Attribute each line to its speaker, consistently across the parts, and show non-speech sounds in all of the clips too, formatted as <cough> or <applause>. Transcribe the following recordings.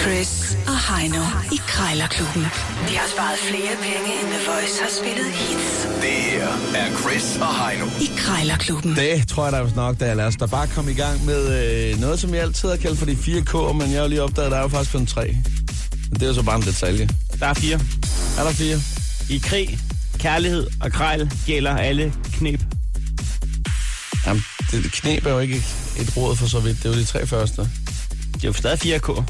Speaker 1: Chris og Heino i Krejlerklubben. De har sparet flere penge, end The Voice har spillet hits
Speaker 2: Det her er Chris og Heino.
Speaker 1: i Krejlerklubben.
Speaker 3: Det tror jeg da vist nok, da lad os da bare komme i gang med øh, noget, som jeg altid har kaldt for de 4K'er, men jeg har jo lige opdaget, at der er jo faktisk kun tre. Men det er jo så bare en detalje.
Speaker 4: Der er fire.
Speaker 3: Er der fire?
Speaker 4: I krig, kærlighed og krejl gælder alle knep.
Speaker 3: Jamen, det, knep er jo ikke et råd for så vidt. Det er jo de tre første.
Speaker 4: Det er jo stadig 4K.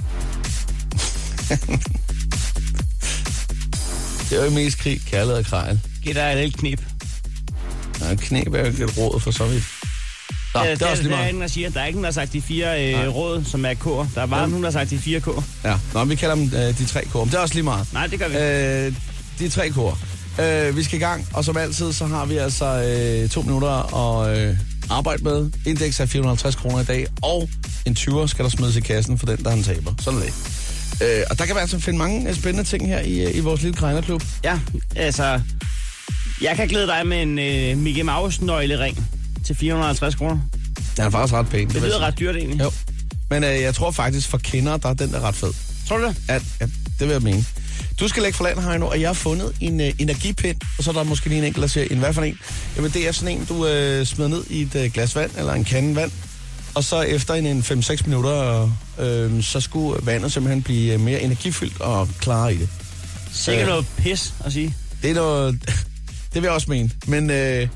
Speaker 3: Det er jo mest krig, kærlighed og krejl.
Speaker 4: Gælder alle knep.
Speaker 3: Ja, knep er jo ikke et råd for så vidt. Nå,
Speaker 4: Ja,
Speaker 3: det, er også
Speaker 4: Øh,
Speaker 3: lige
Speaker 4: der er
Speaker 3: meget.
Speaker 4: ingen, der siger, der er ikke nogen, der har sagt de fire øh, råd, som er K'er. Der er bare
Speaker 3: Ja.
Speaker 4: ja. nogen, der har sagt de fire K'er.
Speaker 3: Ja, nå, vi kalder dem øh, de tre K'er, men det er også lige meget.
Speaker 4: Nej, det gør vi ikke.
Speaker 3: Øh, de tre kor. Øh, vi skal i gang, og som altid, så har vi altså øh, to minutter at øh, arbejde med. Indeks er 450 kroner i dag, og en 20'er skal der smides i kassen for den, der han taber. Sådan er det. Øh, og der kan man altså finde mange øh, spændende ting her i, øh, i vores lille krejlerklub.
Speaker 4: Ja, altså... Jeg kan glæde dig med en øh, Mickey Mouse-nøglering til 450 kroner.
Speaker 3: Den er faktisk ret pæn.
Speaker 4: Det lyder ret dyrt egentlig.
Speaker 3: Jo. Men øh, jeg tror faktisk, for kinder, der er den, der er ret fed.
Speaker 4: Tror du det?
Speaker 3: At, at, det vil jeg mene. Du skal lægge for land, Heino, og jeg har fundet en øh, energipind, og så er der måske lige en enkelt, der siger, en hvad for en? Jamen, det er sådan en, du øh, smider ned i et øh, glas vand, eller en kande vand, og så efter en, en 5-6 minutter, øh, så skulle vandet simpelthen blive øh, mere energifyldt og klarere i det.
Speaker 4: Sikkert
Speaker 3: Øh.
Speaker 4: noget pis at sige.
Speaker 3: Det er noget... <laughs> Det vil jeg også mene, men øh,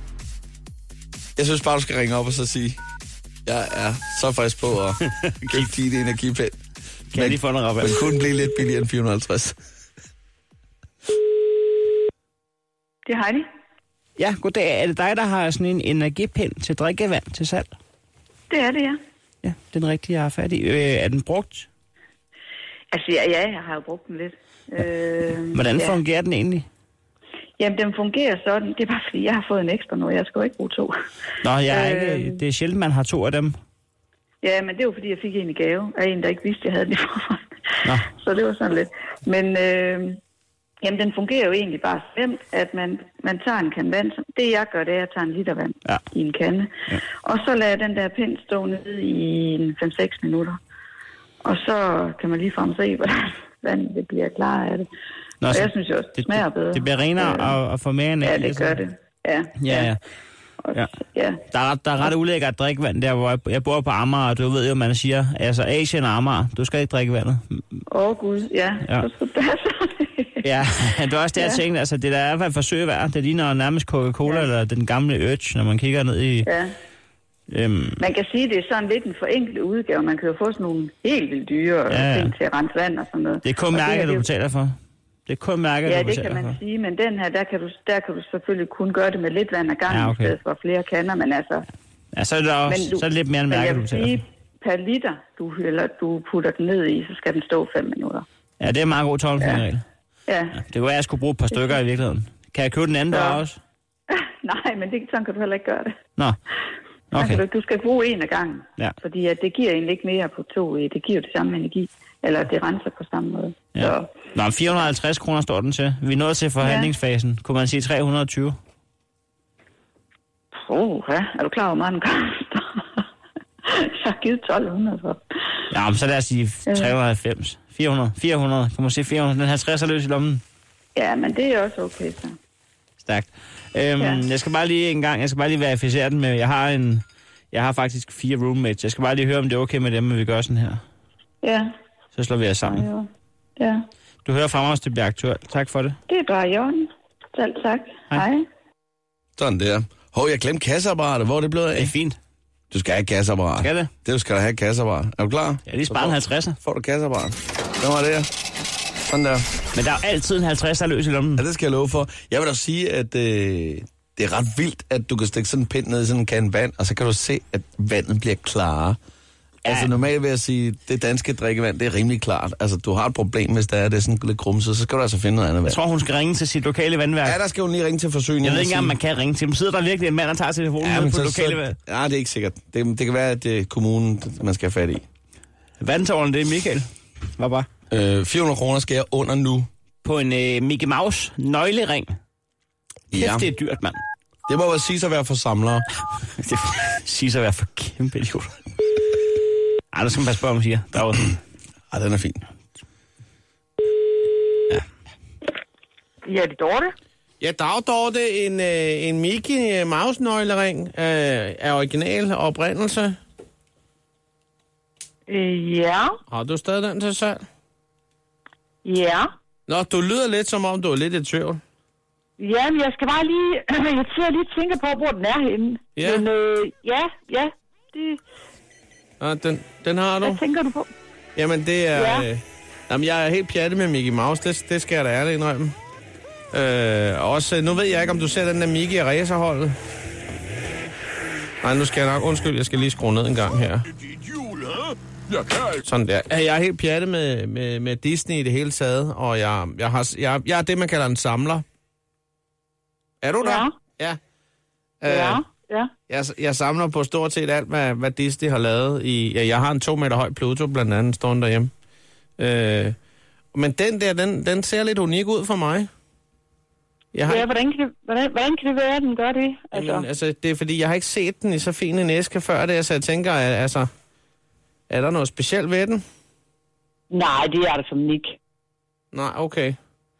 Speaker 3: jeg synes bare, du skal ringe op og så sige, jeg er så
Speaker 4: <laughs>
Speaker 3: frisk på at give dit energipind.
Speaker 4: Kan jeg lige få noget rabat?
Speaker 3: Men kun blive lidt billigere end 450.
Speaker 5: Det er Heidi.
Speaker 4: Ja, goddag. Er det dig, der har sådan en energipind til drikkevand til salg?
Speaker 5: Det er det, ja.
Speaker 4: Ja, den rigtige, jeg har fat i. Øh, er den brugt?
Speaker 5: Altså, ja, ja jeg har jo brugt den lidt. Øh,
Speaker 4: Hvordan
Speaker 5: ja.
Speaker 4: fungerer den egentlig?
Speaker 5: Jamen, den fungerer sådan. Det er bare, fordi jeg har fået en ekstra nu. Jeg skal jo ikke bruge to.
Speaker 4: Nå, jeg har
Speaker 5: Øh.
Speaker 4: ikke, det er sjældent, man har to af dem.
Speaker 5: Ja, men det var, fordi jeg fik en i gave af en, der ikke vidste, jeg havde den i forvejen.
Speaker 4: Nå.
Speaker 5: <laughs> Så det var sådan lidt. Men øh, jamen, den fungerer jo egentlig bare slemt, at man, man tager en kan vand. Det, jeg gør, det er, at jeg tager en liter vand
Speaker 4: Ja.
Speaker 5: ja. i en kande. Ja. Og så lader jeg den der pind stå nede i en 5-6 minutter. Og så kan man ligefrem se, <laughs> hvordan vandet det bliver klar af det.
Speaker 4: Nå,
Speaker 5: Nå, og
Speaker 4: så
Speaker 5: jeg synes jo også, det, smager bedre.
Speaker 4: Det, det bliver renere og, og får mere end
Speaker 5: Ja, det gør det. Ja,
Speaker 4: altså. Ja, ja.
Speaker 5: Og,
Speaker 4: Ja.
Speaker 5: ja. ja.
Speaker 4: Der er, ret- der er ret ulækkert drikkevand der, hvor jeg, jeg bor på Amager, og du ved jo, man siger, altså Asien og Amager, du skal ikke drikke vandet.
Speaker 5: Åh, oh, Gud, ja.
Speaker 4: Ja.
Speaker 5: ja. Så skulle det være sådan.
Speaker 4: Ja, <laughs> det var også det, jeg
Speaker 5: Ja.
Speaker 4: tænkte, altså det der er i hvert fald forsøg værd. Det ligner nærmest Coca-Cola ja.
Speaker 5: Ja.
Speaker 4: eller den gamle Urge, når man kigger ned i...
Speaker 5: <laughs> ja.
Speaker 4: Øhm,
Speaker 5: Man kan sige, at det er sådan lidt en forenklet udgave. Man kan jo få sådan nogle helt vildt dyre
Speaker 4: Ja,
Speaker 5: ja,
Speaker 4: ja.
Speaker 5: ja. ting til at rense vand og sådan noget.
Speaker 4: det er kun
Speaker 5: Og her,
Speaker 4: mærket,
Speaker 5: det er
Speaker 4: du
Speaker 5: jo-
Speaker 4: betaler for. Det er kun mærket,
Speaker 5: Ja,
Speaker 4: du
Speaker 5: det kan
Speaker 4: betaler
Speaker 5: man
Speaker 4: for.
Speaker 5: sige, men den her, der kan, du, der kan du selvfølgelig kun gøre det med lidt vand ad gangen,
Speaker 4: Ja,
Speaker 5: ja,
Speaker 4: okay.
Speaker 5: okay. i stedet for flere kander, men altså...
Speaker 4: Ja, så er det,
Speaker 5: Men
Speaker 4: også,
Speaker 5: du,
Speaker 4: så er det lidt mere end
Speaker 5: men
Speaker 4: mærket,
Speaker 5: jeg
Speaker 4: du
Speaker 5: vil
Speaker 4: betaler
Speaker 5: sige,
Speaker 4: for.
Speaker 5: per liter, du, hælder, du putter den ned i, så skal den stå 5 minutter.
Speaker 4: Ja, det er en meget god tommelfingerregel. Ja.
Speaker 5: Ja, <laughs>
Speaker 4: Det kunne være, at jeg skulle bruge et par stykker i virkeligheden. Kan jeg købe den anden
Speaker 5: Ja.
Speaker 4: der også?
Speaker 5: nej, men det, sådan kan du heller ikke gøre det.
Speaker 4: Nå,
Speaker 5: Okay.
Speaker 4: okay.
Speaker 5: Altså, du skal bruge en af gangen,
Speaker 4: Ja.
Speaker 5: fordi at det giver egentlig ikke mere på to. øh, Det giver jo det samme energi, eller det renser på samme måde.
Speaker 4: Ja.
Speaker 5: Så,
Speaker 4: Nå, men 450 kroner står den til. Vi er nået til forhandlingsfasen. Kunne man sige 320?
Speaker 5: oh, ja. er du klar over, hvor meget den koster? <laughs> Jeg har givet 1200 for. den.
Speaker 4: Ja, men så lad os sige 390. 400. 400. Kan man sige 400? Den 50 er løs i lommen.
Speaker 5: Ja, men det er også okay, så.
Speaker 4: Stærkt. Øhm,
Speaker 5: Ja.
Speaker 4: Jeg skal bare lige en gang, jeg skal bare lige verificere den med, jeg har en, jeg har faktisk fire roommates. Jeg skal bare lige høre, om det er okay med dem, at vi gør sådan her.
Speaker 5: Ja,
Speaker 4: Så slår vi os sammen.
Speaker 5: jo. ja.
Speaker 4: Du hører fra mig, hvis det bliver aktuelt. Tak for det.
Speaker 5: Det er bare i orden. Selv tak.
Speaker 4: Hej.
Speaker 5: Hej.
Speaker 3: Sådan der. Hov, jeg glemte kasseapparatet. Hvor er det blevet
Speaker 4: Det er
Speaker 3: af?
Speaker 4: fint.
Speaker 3: Du skal have et kasseapparat.
Speaker 4: Skal det?
Speaker 3: Det du skal da have et kasseapparat. Er du klar?
Speaker 4: Jeg har lige sparet en 50'er.
Speaker 3: Får du kasseapparat. Den var der. Sådan der.
Speaker 4: Men der er jo altid en 50'er løs i lommen.
Speaker 3: Ja, det skal jeg love for. Jeg vil da sige, at øh, det er ret vildt, at du kan stikke sådan en pind ned i sådan en kan vand, og så kan du se, at vandet bliver klarere. Ja. Altså normalt vil jeg sige, det danske drikkevand, det er rimelig klart. Altså, du har et problem, hvis der er det er sådan lidt grumset, så skal du altså finde noget andet
Speaker 4: Jeg
Speaker 3: vand.
Speaker 4: tror, hun skal ringe til sit lokale vandværk.
Speaker 3: Ja, der skal hun lige ringe til forsyningen.
Speaker 4: Jeg ved
Speaker 3: og
Speaker 4: ikke engang, om
Speaker 3: sige-
Speaker 4: man kan ringe til dem. Sidder der virkelig en mand, der tager telefonen ja, ned på
Speaker 3: så-
Speaker 4: lokale vand?
Speaker 3: så, Nej, det er ikke sikkert. Det, det kan være, at det er kommunen, man skal have fat i.
Speaker 4: Vandtårnet, det er Michael. Var bare.
Speaker 3: Øh, 400 kroner skal jeg under nu.
Speaker 4: På en øh, Mickey Mouse nøglering. Kæft, ja. det er dyrt, mand.
Speaker 3: Det må vel sige at være for samlere.
Speaker 4: <laughs> Det siges at være for kæmpe idioter. Ej, der skal man passe på, hvad man siger. Der er jo,
Speaker 3: Ej, den er fin.
Speaker 5: Ja, det er Dorte.
Speaker 3: Ja, dag, Dorte. En, øh, en Mickey øh, Mausnøglering øh, er original oprindelse.
Speaker 5: Øh, ja,
Speaker 3: Har du stadig den til salg?
Speaker 5: ja.
Speaker 3: Nå, du lyder lidt som om, du er lidt i tvivl.
Speaker 5: Ja, men jeg skal bare lige... <clears throat> jeg sidder lige og tænker på, hvor den er henne.
Speaker 3: Ja.
Speaker 5: Men øh, ja, ja. Det,
Speaker 3: Nå, den, den har
Speaker 5: hvad
Speaker 3: du.
Speaker 5: tænker du på?
Speaker 3: Jamen, det er...
Speaker 5: Ja.
Speaker 3: Øh, jamen, jeg er helt pjattet med Mickey Mouse. Det, det skal jeg da ærligt indrømme. Øh, også, øh, nu ved jeg ikke, om du ser den der Mickey i racerholdet. Nej, nu skal jeg nok... Undskyld, jeg skal lige skrue ned en gang her. Sådan der. Ja, Jeg er helt pjattet med, med, med Disney i det hele taget, og jeg, jeg, har, jeg, jeg er det, man kalder en samler. Er du der? Ja.
Speaker 5: Ja,
Speaker 3: Øh,
Speaker 5: ja.
Speaker 3: jeg, jeg samler på stort set alt, hvad, hvad Disney har lavet. I, ja, jeg har en to meter høj Pluto, blandt andet, stående derhjemme. Øh, men den der, den, den ser lidt unik ud for mig. Jeg har,
Speaker 5: Ja, hvordan kan, det, hvordan, hvordan kan det være, at den gør det? Altså,
Speaker 3: Jamen, altså, det er fordi, jeg har ikke set den i så fin en æske før det, så jeg tænker, al- altså, er der noget specielt ved den?
Speaker 5: nej, det er der som Nick.
Speaker 3: Nej, okay.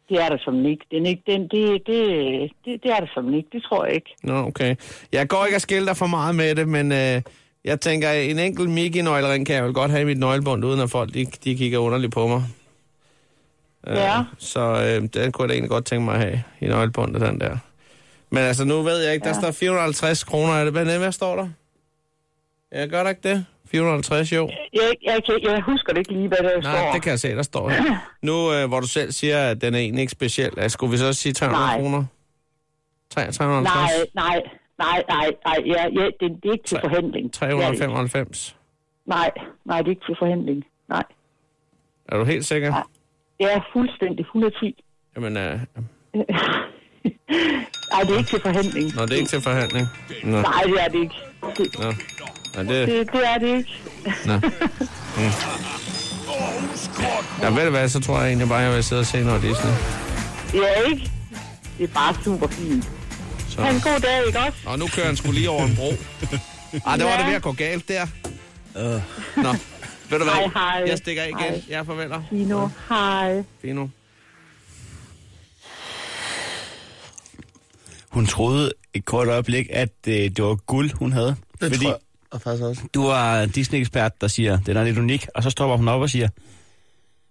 Speaker 5: Det er der som Nick. Den, ikke, den, det, det, det, det er der som Nick. Det tror jeg ikke.
Speaker 3: Nå, okay. Jeg går ikke at skille dig for meget med det, men øh, jeg tænker, en enkelt Mickey-nøglering kan jeg vel godt have i mit nøglebund, uden at folk de, de kigger underligt på mig.
Speaker 5: Ja.
Speaker 3: Så øh, den kunne jeg da egentlig godt tænke mig at have i nøglebundet, den der. Men altså, nu ved jeg ikke, der ja. står 450 kroner. Er det, hvad, hvad står der? Ja, gør der ikke det? 450, jo.
Speaker 5: Jeg, jeg, jeg, jeg husker det ikke lige, hvad der
Speaker 3: Nej,
Speaker 5: Øh, står.
Speaker 3: det kan jeg se, der står her.
Speaker 5: <clears throat>
Speaker 3: Nu, øh, hvor du selv siger, at den er egentlig ikke speciel, altså, skulle vi så sige 300
Speaker 5: Nej.
Speaker 3: kroner? Tre- 350?
Speaker 5: Nej, nej, nej, nej, nej. Ja, ja, det, det er ikke til
Speaker 3: Tre-
Speaker 5: forhandling. Det er det ikke.
Speaker 3: 395?
Speaker 5: Nej, nej, det er ikke til forhandling. Nej.
Speaker 3: Er du helt sikker?
Speaker 5: Nej. Ja, fuldstændig. 110.
Speaker 3: Jamen, øh,
Speaker 5: Nej, det er ikke til forhandling.
Speaker 3: når det er ikke til forhandling. Nå,
Speaker 5: Nej, det er det ikke. Det,
Speaker 3: nå det,
Speaker 5: det, det er det ikke.
Speaker 3: ja, ved du hvad, så tror jeg egentlig bare, jeg vil sidde og se noget Disney.
Speaker 5: Ja, ikke? Det er bare super fint.
Speaker 3: Så.
Speaker 5: Ha' en god dag, ikke også?
Speaker 3: Og nu kører han skulle lige over en bro. Ah, der var
Speaker 5: Ja. Øh.
Speaker 3: det ved at gå galt der. Uh. Nå, ved du hvad?
Speaker 5: Hej, hej.
Speaker 3: Jeg stikker af igen.
Speaker 5: Hej.
Speaker 3: Jeg farveler.
Speaker 5: Dino, hej.
Speaker 3: Fino.
Speaker 4: Hun troede et kort øjeblik, at øh, det var guld, hun havde.
Speaker 6: Det
Speaker 4: fordi
Speaker 6: tror jeg. Og faktisk også.
Speaker 4: du er Disney-ekspert, der siger, den er lidt unik, og så stopper hun op og siger,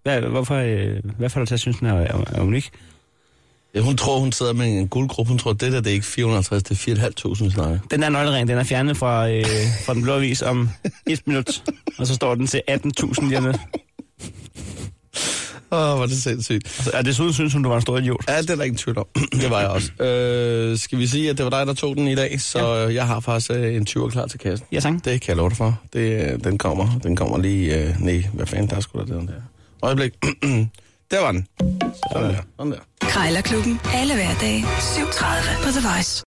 Speaker 4: hvad, hvorfor, øh, hvad får du til at synes, den er, er, er unik?
Speaker 6: Ja, hun tror, hun sidder med en guldgruppe. Hun tror, det der det er ikke 450, det er 4.500 snakke.
Speaker 4: Den der nøglering, den er fjernet fra, øh, fra den blå avis om et minut, og så står den til 18.000 dernede.
Speaker 6: Åh, hvor er det sindssygt.
Speaker 4: Og desuden synes hun, du var en stor idiot.
Speaker 6: Ja, det er der ingen tvivl om. <clears throat> det var jeg også. Øh, skal vi sige, at det var dig, der tog den i dag, så ja. jeg har faktisk øh, en 20'er klar til kassen.
Speaker 4: Ja, sang.
Speaker 6: Det kan jeg love dig for. Det, øh, den kommer. Den kommer lige... Øh, nej, hvad fanden, der er sgu da den der. Øjeblik. der var den. Sådan der. Sådan der.
Speaker 1: Krejlerklubben. Alle hverdage. 7.30 på The Voice.